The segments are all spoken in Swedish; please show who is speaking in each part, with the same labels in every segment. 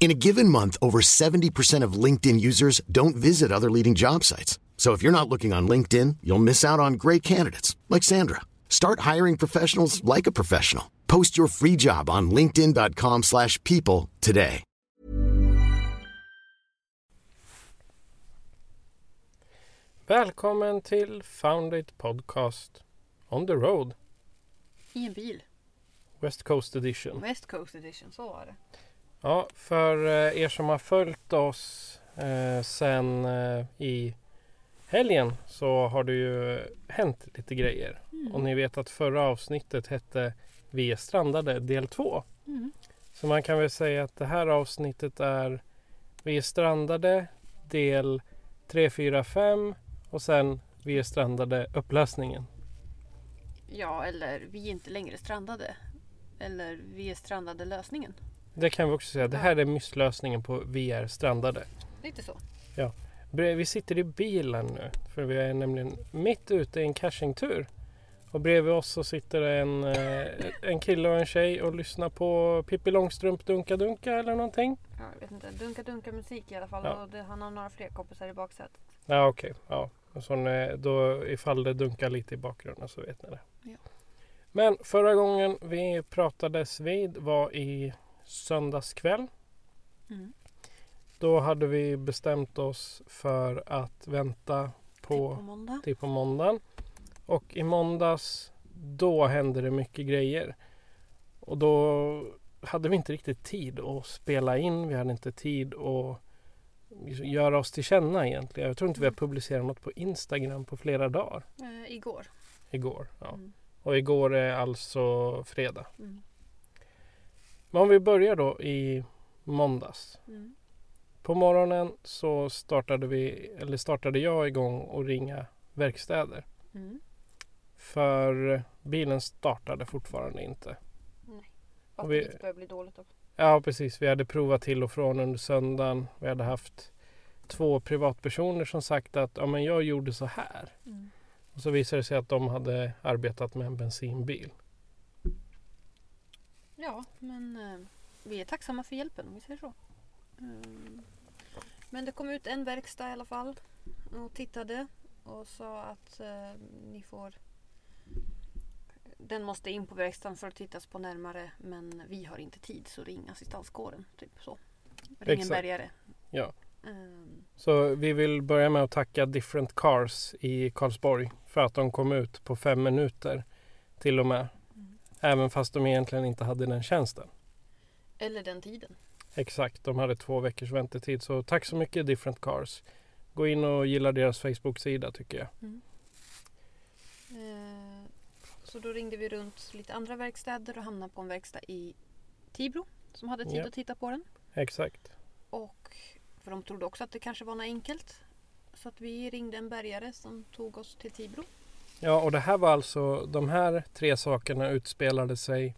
Speaker 1: In a given month, over 70% of LinkedIn users don't visit other leading job sites. So if you're not looking on LinkedIn, you'll miss out on great candidates like Sandra. Start hiring professionals like a professional. Post your free job on linkedin.com/people slash people today.
Speaker 2: Välkommen till Found It Podcast On the Road
Speaker 3: I en bil.
Speaker 2: West Coast Edition.
Speaker 3: West Coast edition, så var det.
Speaker 2: Ja, för eh, er som har följt oss eh, sen eh, i helgen så har det ju eh, hänt lite grejer. Och ni vet att förra avsnittet hette Vi är strandade del 2.
Speaker 3: Mm.
Speaker 2: Så man kan väl säga att det här avsnittet är Vi är strandade del 3, 4, 5 och sen Vi är strandade upplösningen.
Speaker 3: Ja, eller vi är inte längre strandade. Eller vi är strandade lösningen.
Speaker 2: Det kan vi också säga. Det här är misslösningen på Vi är strandade.
Speaker 3: Lite så.
Speaker 2: Bre- Vi sitter i bilen nu för vi är nämligen mitt ute i en cachingtur. Och bredvid oss så sitter en, eh, en kille och en tjej och lyssnar på Pippi Långstrump Dunka Dunka eller någonting.
Speaker 3: Ja, jag vet inte. Dunka dunka musik i alla fall.
Speaker 2: Ja.
Speaker 3: Och det, han har några fler kompisar i baksätet.
Speaker 2: Ja okej, ja. Och så när- då ifall det dunkar lite i bakgrunden så vet ni det.
Speaker 3: Ja.
Speaker 2: Men förra gången vi pratades vid var i söndags kväll.
Speaker 3: Mm.
Speaker 2: Då hade vi bestämt oss för att vänta
Speaker 3: På,
Speaker 2: på
Speaker 3: Typ på måndag.
Speaker 2: till på måndagen. Och i måndags, då hände det mycket grejer. Och då hade vi inte riktigt tid att spela in. Vi hade inte tid att liksom göra oss till känna egentligen. Jag tror inte vi har publicerat något på Instagram på flera dagar.
Speaker 3: Eh, igår.
Speaker 2: Igår. Ja.
Speaker 3: Mm.
Speaker 2: Och igår är alltså fredag.
Speaker 3: Mm.
Speaker 2: Men om vi börjar då i måndags.
Speaker 3: Mm.
Speaker 2: På morgonen så startade, vi, eller startade jag igång och ringa verkstäder.
Speaker 3: Mm.
Speaker 2: För bilen startade fortfarande inte. Och vi-
Speaker 3: Batteriet börjar bli dåligt också.
Speaker 2: Ja, precis. Vi hade provat till och från under söndagen. Vi hade haft två privatpersoner som sagt att ja, men jag gjorde så här.
Speaker 3: Mm.
Speaker 2: Och så visade det sig att de hade arbetat med en bensinbil.
Speaker 3: Ja, men eh, vi är tacksamma för hjälpen om vi säger så. Ehm, men det kom ut en verkstad i alla fall och tittade och sa att eh, ni får... Den måste in på verkstaden för att tittas på närmare men vi har inte tid så ring assistanskåren. Typ så. Ring en
Speaker 2: Exakt.
Speaker 3: bärgare.
Speaker 2: Ja.
Speaker 3: Ehm,
Speaker 2: Så vi vill börja med att tacka Different Cars i Karlsborg för att de kom ut på fem minuter till och med. Även fast de egentligen inte hade den tjänsten.
Speaker 3: eller den tiden.
Speaker 2: Exakt, de hade två veckors väntetid. Så tack så mycket Different Cars. Gå in och gilla deras Facebook-sida tycker jag.
Speaker 3: Eh, Så då ringde vi runt lite andra verkstäder och hamnade på en verkstad i Tibro som hade tid
Speaker 2: Ja.
Speaker 3: att titta på den.
Speaker 2: Exakt.
Speaker 3: Och för de trodde också att det kanske var något enkelt. Så att vi ringde en bärgare som tog oss till Tibro.
Speaker 2: Ja, och det här var alltså, de här tre sakerna utspelade sig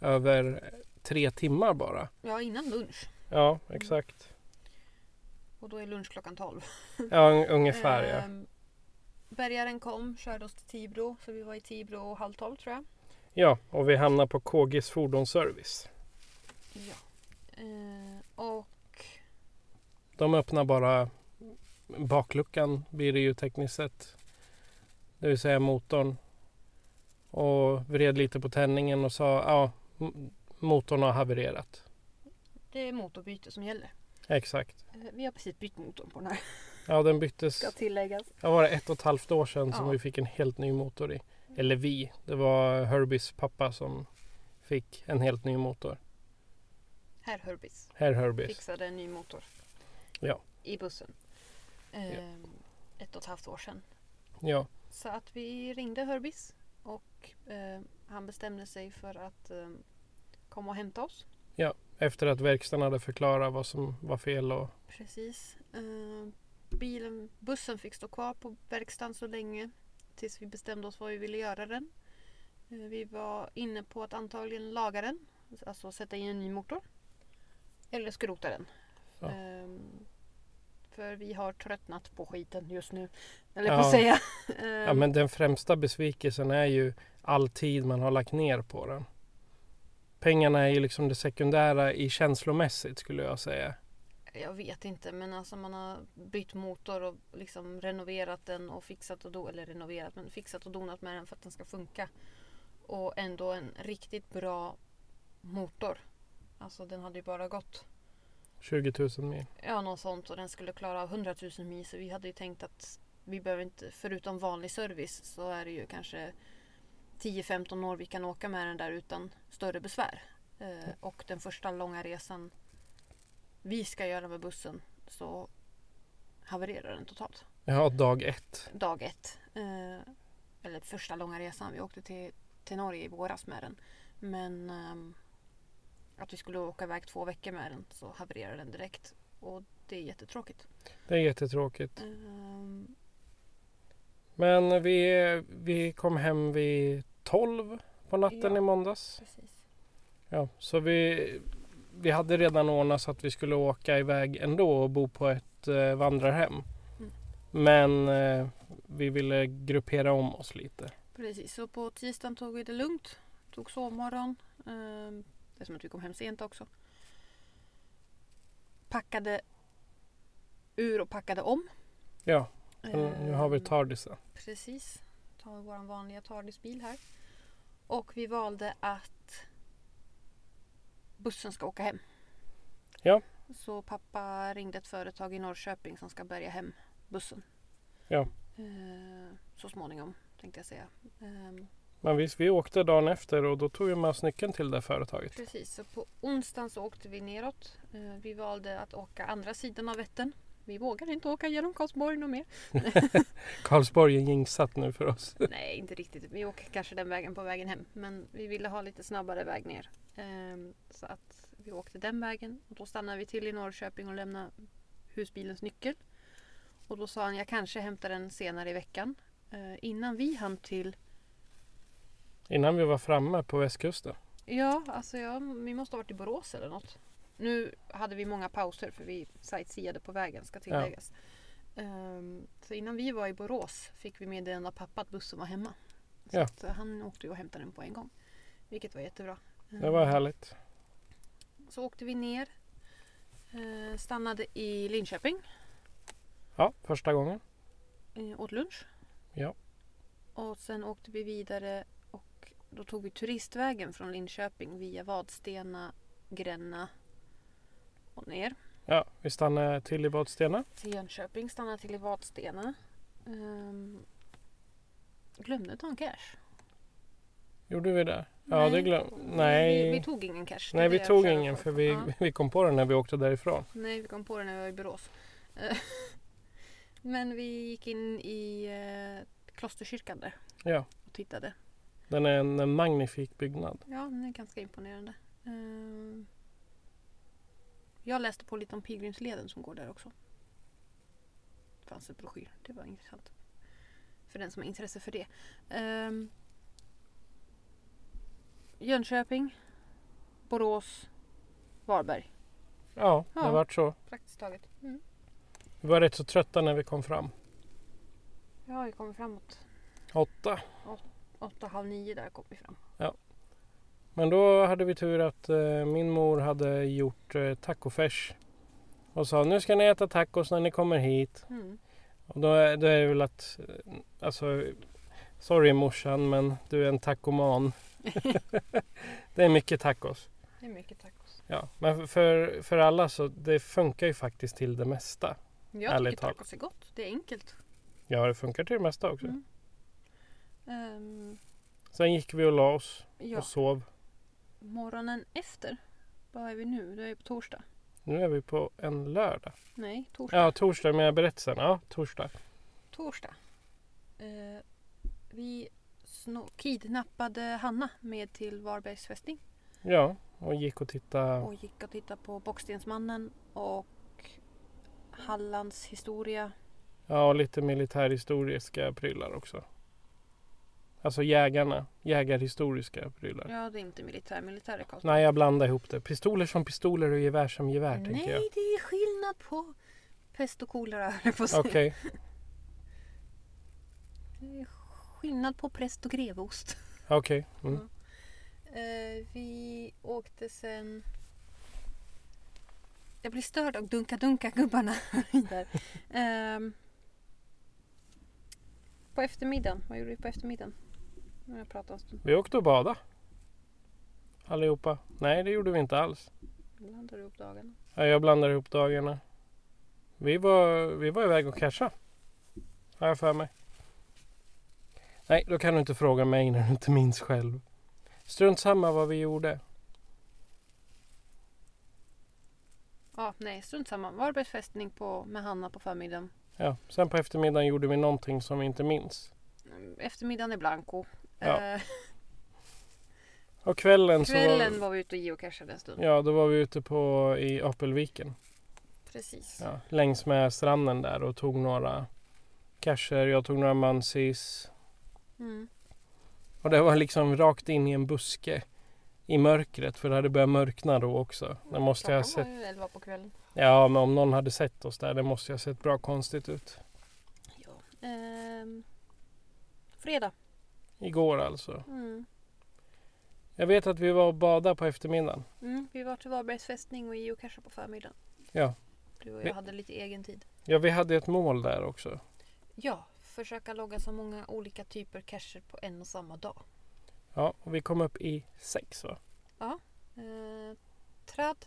Speaker 2: över tre timmar bara.
Speaker 3: Ja, innan lunch.
Speaker 2: Ja, exakt.
Speaker 3: Och då är lunch klockan 12.
Speaker 2: Ja, un- ungefär ja.
Speaker 3: Ehm, Bärgaren kom, körde oss till Tibro. Så vi var i Tibro halv tolv tror jag.
Speaker 2: Ja, och vi hamnar på KGs fordonsservice.
Speaker 3: Ja. Ehm, och
Speaker 2: De öppnar bara bakluckan blir det ju tekniskt sett. Det vill säga motorn. Och vred lite på tändningen och sa ja, m- motorn har havererat.
Speaker 3: det är motorbyte som gäller.
Speaker 2: Exakt.
Speaker 3: Ehm, vi har precis bytt motor på den här.
Speaker 2: Ja, den byttes.
Speaker 3: Ska tilläggas.
Speaker 2: Ja, var det ett och ett halvt år sedan som
Speaker 3: Ja.
Speaker 2: vi fick en helt ny motor i. Eller vi, det var Herbies pappa som fick en helt ny motor.
Speaker 3: Herr Hörbis
Speaker 2: Herr Herbies.
Speaker 3: fixade en ny motor.
Speaker 2: Ja.
Speaker 3: I bussen. Ehm, Ett och ett halvt år sedan.
Speaker 2: Ja,
Speaker 3: Så att vi ringde Hörbis och eh, han bestämde sig för att eh, komma och hämta oss.
Speaker 2: efter att verkstaden hade förklarat vad som var fel och
Speaker 3: Precis. Eh, bilen, bussen fick stå kvar på verkstaden så länge tills vi bestämde oss vad vi ville göra den. Eh, Vi var inne på att antagligen laga den, alltså sätta in en ny motor. Eller skrota den.
Speaker 2: Ja.
Speaker 3: Ehm, För vi har tröttnat på skiten just nu. Eller på
Speaker 2: Ja.
Speaker 3: att säga.
Speaker 2: Ja,
Speaker 3: Ehm.
Speaker 2: men den främsta besvikelsen är ju all tid man har lagt ner på den. Pengarna är ju liksom det sekundära i känslomässigt skulle jag säga.
Speaker 3: Jag vet inte men alltså man har bytt motor och liksom renoverat den och fixat och do, eller renoverat men fixat och donat med den för att den ska funka. Och ändå en riktigt bra motor. Alltså den hade ju bara gått
Speaker 2: 20 000 mil.
Speaker 3: ja, något sånt och den skulle klara av 100 000 mil så vi hade ju tänkt att vi behöver inte, förutom vanlig service så är det ju kanske 10-15 år vi kan åka med den där utan större besvär. Eh, och den första långa resan vi ska göra med bussen så havererar den totalt.
Speaker 2: Ja, dag ett.
Speaker 3: Dag ett. Eh, eller första långa resan. Vi åkte till, till Norge i våras med den. Men ehm, att vi skulle åka iväg två veckor med den så havererade den direkt. Och det är jättetråkigt.
Speaker 2: Det är jättetråkigt.
Speaker 3: Ehm,
Speaker 2: Men vi, vi kom hem vid 12 på natten
Speaker 3: Ja.
Speaker 2: i måndags.
Speaker 3: precis.
Speaker 2: Ja, så vi, vi hade redan ordnat så att vi skulle åka iväg ändå och bo på ett eh, vandrarhem.
Speaker 3: Mm.
Speaker 2: Men eh, vi ville gruppera om oss lite.
Speaker 3: precis. Så på tisdagen tog vi det lugnt. Tog sovmorgon. Ehm, det är som att vi kom hem sent också. Packade ur och packade om.
Speaker 2: Ja, nu, Mm, nu har vi
Speaker 3: Ehm,
Speaker 2: tardisen.
Speaker 3: Precis. Tar vi vår vanliga Tardisbil här. Och vi valde att bussen ska åka hem.
Speaker 2: Ja.
Speaker 3: Så pappa ringde ett företag i Norrköping som ska bärga hem bussen.
Speaker 2: Ja.
Speaker 3: Eh, Så småningom tänkte jag säga. Ehm,
Speaker 2: Men visst, vi åkte dagen efter och då tog vi med oss nyckeln till det företaget.
Speaker 3: Precis, så på onsdagen så åkte vi neråt. Eh, Vi valde att åka andra sidan av Vättern. Vi vågar inte åka genom Karlsborg något mer.
Speaker 2: Karlsborg är jinxat nu för oss.
Speaker 3: Nej, inte riktigt. Vi åker kanske den vägen på vägen hem. Men vi ville ha lite snabbare väg ner. Ehm, Så att vi åkte den vägen. Och då stannade vi till i Norrköping och lämnade husbilens nyckel. Och då sa han, jag kanske hämtar den senare i veckan. Eh, Innan vi hann till...
Speaker 2: Innan vi var framme på västkusten.
Speaker 3: Ja, alltså jag, vi måste ha varit i Borås eller något. Nu hade vi många pauser för vi sightseeade på vägen, ska tilläggas. Ehm, Så innan vi var i Borås fick vi meddelande av pappa att bussen var hemma. Så
Speaker 2: Ja.
Speaker 3: att han åkte ju och hämtade den på en gång. Vilket var jättebra. Ehm,
Speaker 2: Det
Speaker 3: Mm.
Speaker 2: var härligt.
Speaker 3: Så åkte vi ner. eh, Stannade i Linköping.
Speaker 2: Ja, första gången.
Speaker 3: eh, Åt lunch.
Speaker 2: Ja.
Speaker 3: Och sen åkte vi vidare och då tog vi turistvägen från Linköping via Vadstena, Gränna och ner.
Speaker 2: Ja, vi stannade till i Vadstena.
Speaker 3: Till Jönköping, stannade till i Vadstena. Ehm, glömde ta en cash.
Speaker 2: Gjorde vi det? Ja, det glömde... Nej.
Speaker 3: Vi, vi tog ingen cash. det är
Speaker 2: Nej,
Speaker 3: det
Speaker 2: vi
Speaker 3: jag
Speaker 2: tog
Speaker 3: försöker
Speaker 2: ingen
Speaker 3: få-
Speaker 2: för vi,
Speaker 3: Ja.
Speaker 2: vi kom på den när vi åkte därifrån.
Speaker 3: Nej, vi kom på det när vi var i Borås. Eh, Men vi gick in i eh, klosterkyrkan där
Speaker 2: Ja,
Speaker 3: och tittade.
Speaker 2: den är en magnifik byggnad.
Speaker 3: Ja, den är ganska imponerande. Ehm, Jag läste på lite om pilgrimsleden som går där också. Det fanns en broschyr, det var intressant. För den som har intresse för det. Ehm, Jönköping, Borås, Varberg.
Speaker 2: Ja, det
Speaker 3: Ja.
Speaker 2: vart så.
Speaker 3: Praktiskt taget. Mm.
Speaker 2: Vi var rätt så trötta när vi kom fram.
Speaker 3: Ja, vi kommer framåt
Speaker 2: Åtta.
Speaker 3: åtta, halv nio där kom vi fram.
Speaker 2: Men då hade vi tur att eh, min mor hade gjort eh, tacofärs. Och sa nu ska ni äta tacos när ni kommer hit.
Speaker 3: Mm.
Speaker 2: Och då är, då är det väl att, eh, alltså, sorry morsan men du är en tacoman. det är mycket tacos.
Speaker 3: Det är mycket tacos.
Speaker 2: Ja, men för, för alla så det funkar ju faktiskt till det mesta.
Speaker 3: Jag
Speaker 2: Ärligt
Speaker 3: tycker
Speaker 2: talat.
Speaker 3: tacos är gott. Det är enkelt.
Speaker 2: Ja, det funkar till det mesta också.
Speaker 3: Mm. Ehm,
Speaker 2: Sen gick vi och la oss
Speaker 3: ja,
Speaker 2: och sov.
Speaker 3: morgonen efter. Vad är vi nu? Det är på torsdag.
Speaker 2: Nu är vi på en lördag.
Speaker 3: Nej, torsdag.
Speaker 2: Ja, torsdag menar jag berättelsen. Ja, torsdag.
Speaker 3: Torsdag. Eh, vi sno- kidnappade Hanna med till Varbergs fästning.
Speaker 2: Ja, och gick och tittade.
Speaker 3: Och gick och tittade på Bockstensmannen och Hallands historia.
Speaker 2: Ja, och lite militärhistoriska prylar också. Alltså jägarna. Jägarhistoriska prylar.
Speaker 3: Ja, det är inte militär. Militär är Karlsborg.
Speaker 2: Nej, jag blandar ihop det. Pistoler som pistoler och gevär som gevär, tänker jag.
Speaker 3: Nej, det är skillnad på pest och kolera, höll jag på att säga.
Speaker 2: Okej,
Speaker 3: Det är skillnad på präst och grevost.
Speaker 2: okej. Mm.
Speaker 3: Eh, vi åkte sen... Jag blir störd av dunka-dunka-gubbarna. där. Ehm, på eftermiddagen. Vad gjorde vi på eftermiddagen? Nu har jag pratat en stund.
Speaker 2: Vi åkte och badade. Allihopa. Nej, det gjorde vi inte alls.
Speaker 3: Blandar du ihop dagarna?
Speaker 2: Ja, Jag blandar ihop dagarna. Vi var, vi var iväg och casha. Har jag för mig. Nej, då kan du inte fråga mig när du inte minns själv. Strunt samma vad vi gjorde.
Speaker 3: Ja, nej, strunt samma. Var befästning på, med Hanna på förmiddagen.
Speaker 2: Ja, sen på eftermiddagen gjorde vi någonting som vi inte minns.
Speaker 3: Mm, Eftermiddagen är blanco.
Speaker 2: Ja.
Speaker 3: Eh,
Speaker 2: Och kvällen,
Speaker 3: kvällen
Speaker 2: så...
Speaker 3: var vi ute och geocachade en stund.
Speaker 2: Ja, då var vi ute på i Appelviken.
Speaker 3: Precis.
Speaker 2: Ja, längs med stranden där och tog några cacher. Jag tog några mansis.
Speaker 3: Mm.
Speaker 2: Och det var liksom rakt in i en buske i mörkret för det hade börjat mörkna då också. Det måste jag ha
Speaker 3: Klockan
Speaker 2: sett.
Speaker 3: var ju elva på kvällen.
Speaker 2: Ja, men om någon hade sett oss där, det måste jag ha sett bra konstigt ut.
Speaker 3: Ja. Ehm, fredag.
Speaker 2: Igår alltså.
Speaker 3: Mm.
Speaker 2: Jag vet att vi var och badade på eftermiddagen.
Speaker 3: Mm, vi var till Varbergs fästning och geocachade på förmiddagen.
Speaker 2: Ja.
Speaker 3: Du och
Speaker 2: Vi-
Speaker 3: jag hade lite egen tid.
Speaker 2: Ja, vi hade ett mål där också.
Speaker 3: Ja, försöka logga så många olika typer cacher på en och samma dag.
Speaker 2: Ja, och vi kom upp i sex va?
Speaker 3: Eh, trad,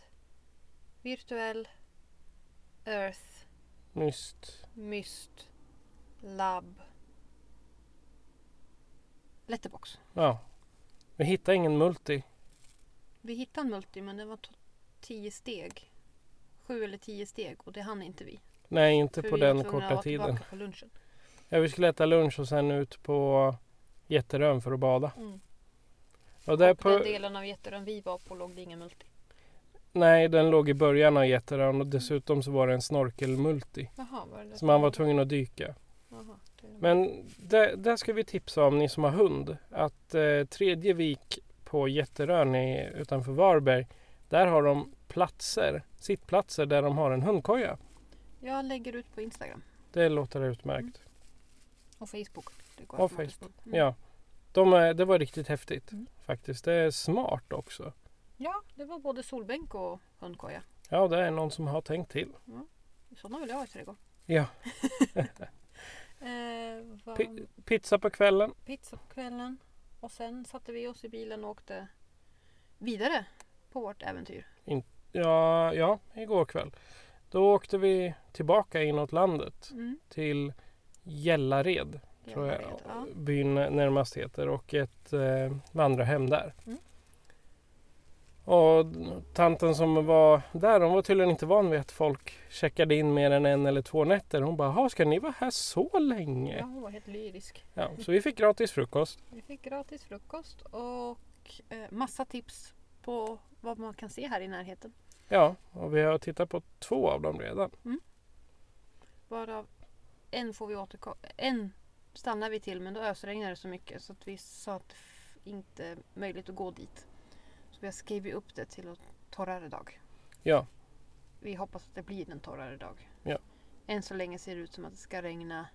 Speaker 3: virtuell, earth,
Speaker 2: Nyst.
Speaker 3: myst, labb, letterbox.
Speaker 2: Ja. Vi hittade ingen multi.
Speaker 3: Vi hittade en multi men den var to- tio steg. Sju eller tio steg och det hann inte vi.
Speaker 2: Nej, inte
Speaker 3: För
Speaker 2: på
Speaker 3: vi var
Speaker 2: den
Speaker 3: tvungna att
Speaker 2: korta
Speaker 3: vara
Speaker 2: tiden.
Speaker 3: tillbaka på lunchen.
Speaker 2: Ja, vi skulle äta lunch och sen ut på Jätterön för att bada.
Speaker 3: Mm.
Speaker 2: Och där
Speaker 3: och
Speaker 2: på,
Speaker 3: den delen av Jätterön vi var på låg det ingen multi.
Speaker 2: Nej, den låg i början av Jätterön och dessutom så var det en snorkelmulti.
Speaker 3: Jaha, var det det
Speaker 2: Så man var tvungen att dyka.
Speaker 3: Jaha, det är-
Speaker 2: Men där, där ska vi tipsa om, ni som har hund, att eh, Tredje vik på Jätterön i, utanför Varberg, där har de platser, sittplatser där de har en hundkoja.
Speaker 3: Jag lägger ut på Instagram
Speaker 2: Det låter utmärkt.
Speaker 3: och Facebook. Det går
Speaker 2: Och
Speaker 3: automatiskt ut. Mm.
Speaker 2: Ja, de, är- det var riktigt häftigt
Speaker 3: Mm.
Speaker 2: faktiskt. Det är smart också.
Speaker 3: ja, det var både solbänk och hundkoja.
Speaker 2: Ja, det är någon som har tänkt till.
Speaker 3: Sådana vill jag ha i trädgården.
Speaker 2: Ja.
Speaker 3: eh, vad-
Speaker 2: Pi- pizza på kvällen.
Speaker 3: pizza på kvällen och sen satte vi oss i bilen och åkte vidare på vårt äventyr.
Speaker 2: Ja, ja, igår kväll. Då åkte vi tillbaka inåt landet
Speaker 3: Mm. till
Speaker 2: till Gällared, tror jag
Speaker 3: Gällared, ja.
Speaker 2: byn närmast heter, och ett eh, vandrarhem där.
Speaker 3: Mm.
Speaker 2: Och tanten som var där, hon var tydligen inte van vid att folk checkade in mer än en eller två nätter. Hon bara, "Ha, ska ni vara här så länge?
Speaker 3: Ja, hon var helt lyrisk.
Speaker 2: Ja, så vi fick gratis frukost.
Speaker 3: Vi fick gratis frukost och eh, massa tips på vad man kan se här i närheten.
Speaker 2: Ja, och vi har tittat på två av dem redan.
Speaker 3: Varav en får vi återkomma... En stannar vi till men då ösregnade det så mycket så att vi sa att det f- inte är möjligt att gå dit. Så vi har skrivit upp det till en torrare dag.
Speaker 2: Ja,
Speaker 3: Vi hoppas att det blir en torrare dag.
Speaker 2: Ja.
Speaker 3: Än så länge ser det ut som att det ska regna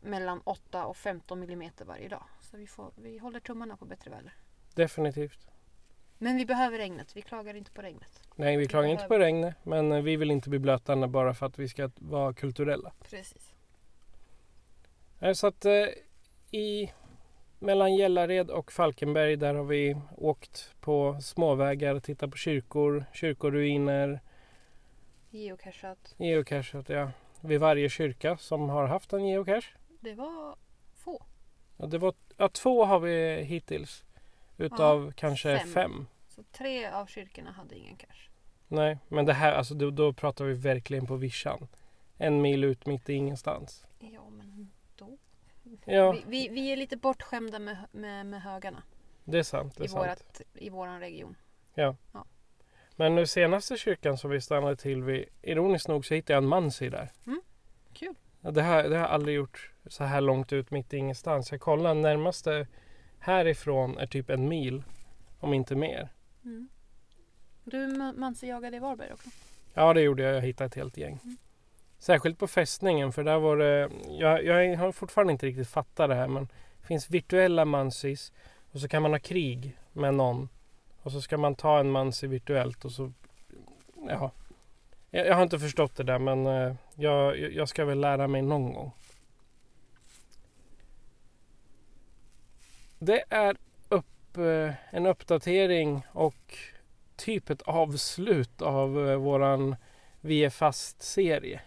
Speaker 3: mellan 8 och 15 millimeter varje dag. Så vi, får, vi håller tummarna på bättre väder.
Speaker 2: definitivt.
Speaker 3: Men vi behöver regnet. Vi klagar inte på regnet.
Speaker 2: Nej, vi klagar inte på
Speaker 3: behöver-
Speaker 2: regnet, men eh, vi vill inte bli blötande bara för att vi ska vara kulturella.
Speaker 3: Precis.
Speaker 2: Eh, Så att eh, i mellan Gällared och Falkenberg där har vi åkt på småvägar, tittat på kyrkor, kyrkoruiner,
Speaker 3: Geocache.
Speaker 2: geocachat, ja. Vid varje kyrka som har haft en geocache.
Speaker 3: Det var få.
Speaker 2: Och det var, ja, två har vi hittills. Utav kanske
Speaker 3: fem.
Speaker 2: fem.
Speaker 3: Så tre av kyrkorna hade ingen cache.
Speaker 2: Nej, men det här, alltså då, då pratar vi verkligen på vischan. En mil ut mitt i ingenstans.
Speaker 3: Ja, men då.
Speaker 2: Ja,
Speaker 3: Vi, vi, vi är lite bortskämda med, med, med högarna
Speaker 2: det är sant. Det är
Speaker 3: i,
Speaker 2: sant.
Speaker 3: vårat, i våran region.
Speaker 2: Ja.
Speaker 3: Ja.
Speaker 2: Men nu senaste kyrkan som vi stannade till vid, ironiskt nog så hittade jag en mansi där.
Speaker 3: Mm, kul.
Speaker 2: Ja, Det, här, det har jag aldrig gjort så här långt ut mitt i ingenstans. Jag kollade närmaste härifrån är typ en mil, om inte mer.
Speaker 3: Mm. Du ma- mansejagade i Varberg också?
Speaker 2: Ja, det gjorde jag. Jag hittade ett helt gäng.
Speaker 3: Mm.
Speaker 2: Särskilt på fästningen, för där var det... Jag, jag har fortfarande inte riktigt fattat det här, men det finns virtuella mansis och så kan man ha krig med någon. Och så ska man ta en mansi virtuellt och så... Ja. Jag, jag har inte förstått det där, men eh, jag, jag ska väl lära mig någon gång. Det är upp, eh, en uppdatering och typ ett avslut av eh, våran Vi är fast-serie.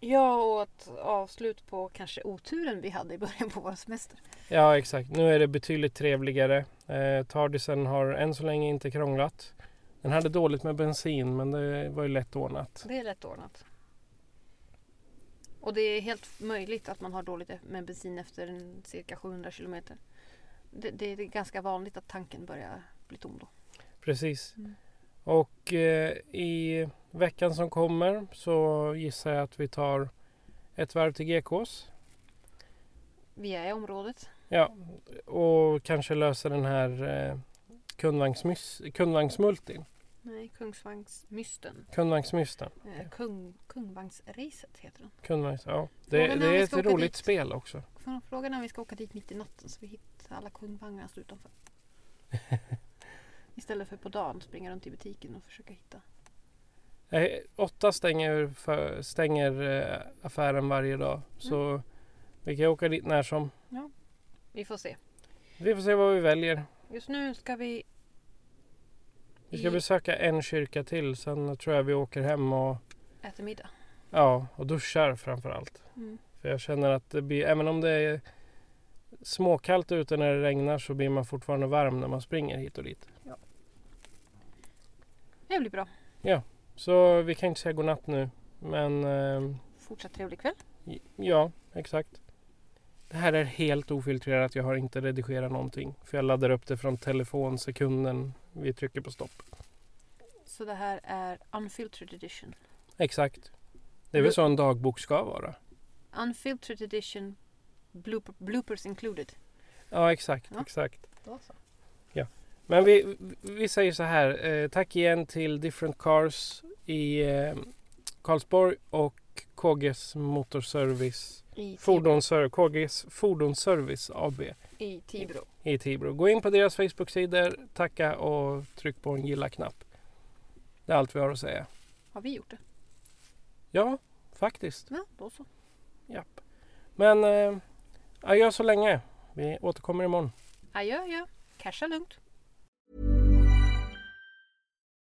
Speaker 3: Ja, och ett avslut på kanske oturen vi hade i början på vår semester.
Speaker 2: Ja, exakt. Nu är det betydligt trevligare. Eh, Tardisen har än så länge inte krånglat. Den hade dåligt med bensin, men det var ju lätt ordnat.
Speaker 3: Det är rätt ordnat. Och det är helt möjligt att man har dåligt e- med bensin efter en cirka 700 kilometer. Det, det är ganska vanligt att tanken börjar bli tom då.
Speaker 2: Precis.
Speaker 3: Mm.
Speaker 2: Och eh, i veckan som kommer så gissar jag att vi tar ett varv till GKs.
Speaker 3: Vi är i området.
Speaker 2: Ja, och kanske löser den här eh, kundvagnsmys- kundvagnsmultin.
Speaker 3: Nej, Kungsvagnsmysten.
Speaker 2: Kundvagnsmysten.
Speaker 3: Eh, Kung, Kungvagnsracet heter den.
Speaker 2: Kundvagns, ja. Det,
Speaker 3: Frågan är om
Speaker 2: det
Speaker 3: vi
Speaker 2: är ett
Speaker 3: ska åka
Speaker 2: roligt
Speaker 3: dit.
Speaker 2: spel också.
Speaker 3: Från- Frågan är om vi ska åka dit mitt i natten så vi hittar alla kundvagnar som står utanför. Istället för på dagen springa runt i butiken och försöka hitta.
Speaker 2: Eh, åtta stänger, för, stänger eh, affären varje dag. Så vi kan åka dit när som.
Speaker 3: Vi får se.
Speaker 2: Vi får se vad vi väljer.
Speaker 3: Just nu ska vi...
Speaker 2: Vi ska
Speaker 3: I-
Speaker 2: besöka en kyrka till. Sen tror jag vi åker hem och,
Speaker 3: äta middag.
Speaker 2: ja, och duschar framför allt.
Speaker 3: Mm.
Speaker 2: För jag känner att det blir, även om det är småkallt ute när det regnar så blir man fortfarande varm när man springer hit och dit.
Speaker 3: Det blir bra.
Speaker 2: Så vi kan inte säga godnatt nu. Men ehm,
Speaker 3: Fortsatt trevlig kväll.
Speaker 2: J- Ja, exakt. Det här är helt ofiltrerat. Jag har inte redigerat någonting. För jag laddar upp det från telefon sekunden vi trycker på stopp.
Speaker 3: Så det här är Unfiltered Edition.
Speaker 2: Exakt. Det är väl så en dagbok ska vara.
Speaker 3: Unfiltered Edition blooper, bloopers included.
Speaker 2: Ja, exakt.
Speaker 3: Ja.
Speaker 2: exakt.
Speaker 3: Då så.
Speaker 2: Men vi, vi säger så här. Eh, tack igen till Different Cars i eh, Karlsborg och KGs Motorservice.
Speaker 3: I, Tibro,
Speaker 2: Fordonsser- KGs Fordonsservice AB
Speaker 3: I Tibro.
Speaker 2: i Tibro. Gå in på deras Facebook-sidor, tacka och tryck på en gilla-knapp. Det är allt vi har att säga.
Speaker 3: Har vi gjort det?
Speaker 2: Ja, faktiskt.
Speaker 3: Ja, då så.
Speaker 2: Japp. Men eh, adjö så länge. Vi återkommer imorgon.
Speaker 3: Adjö, adjö. Casha lugnt.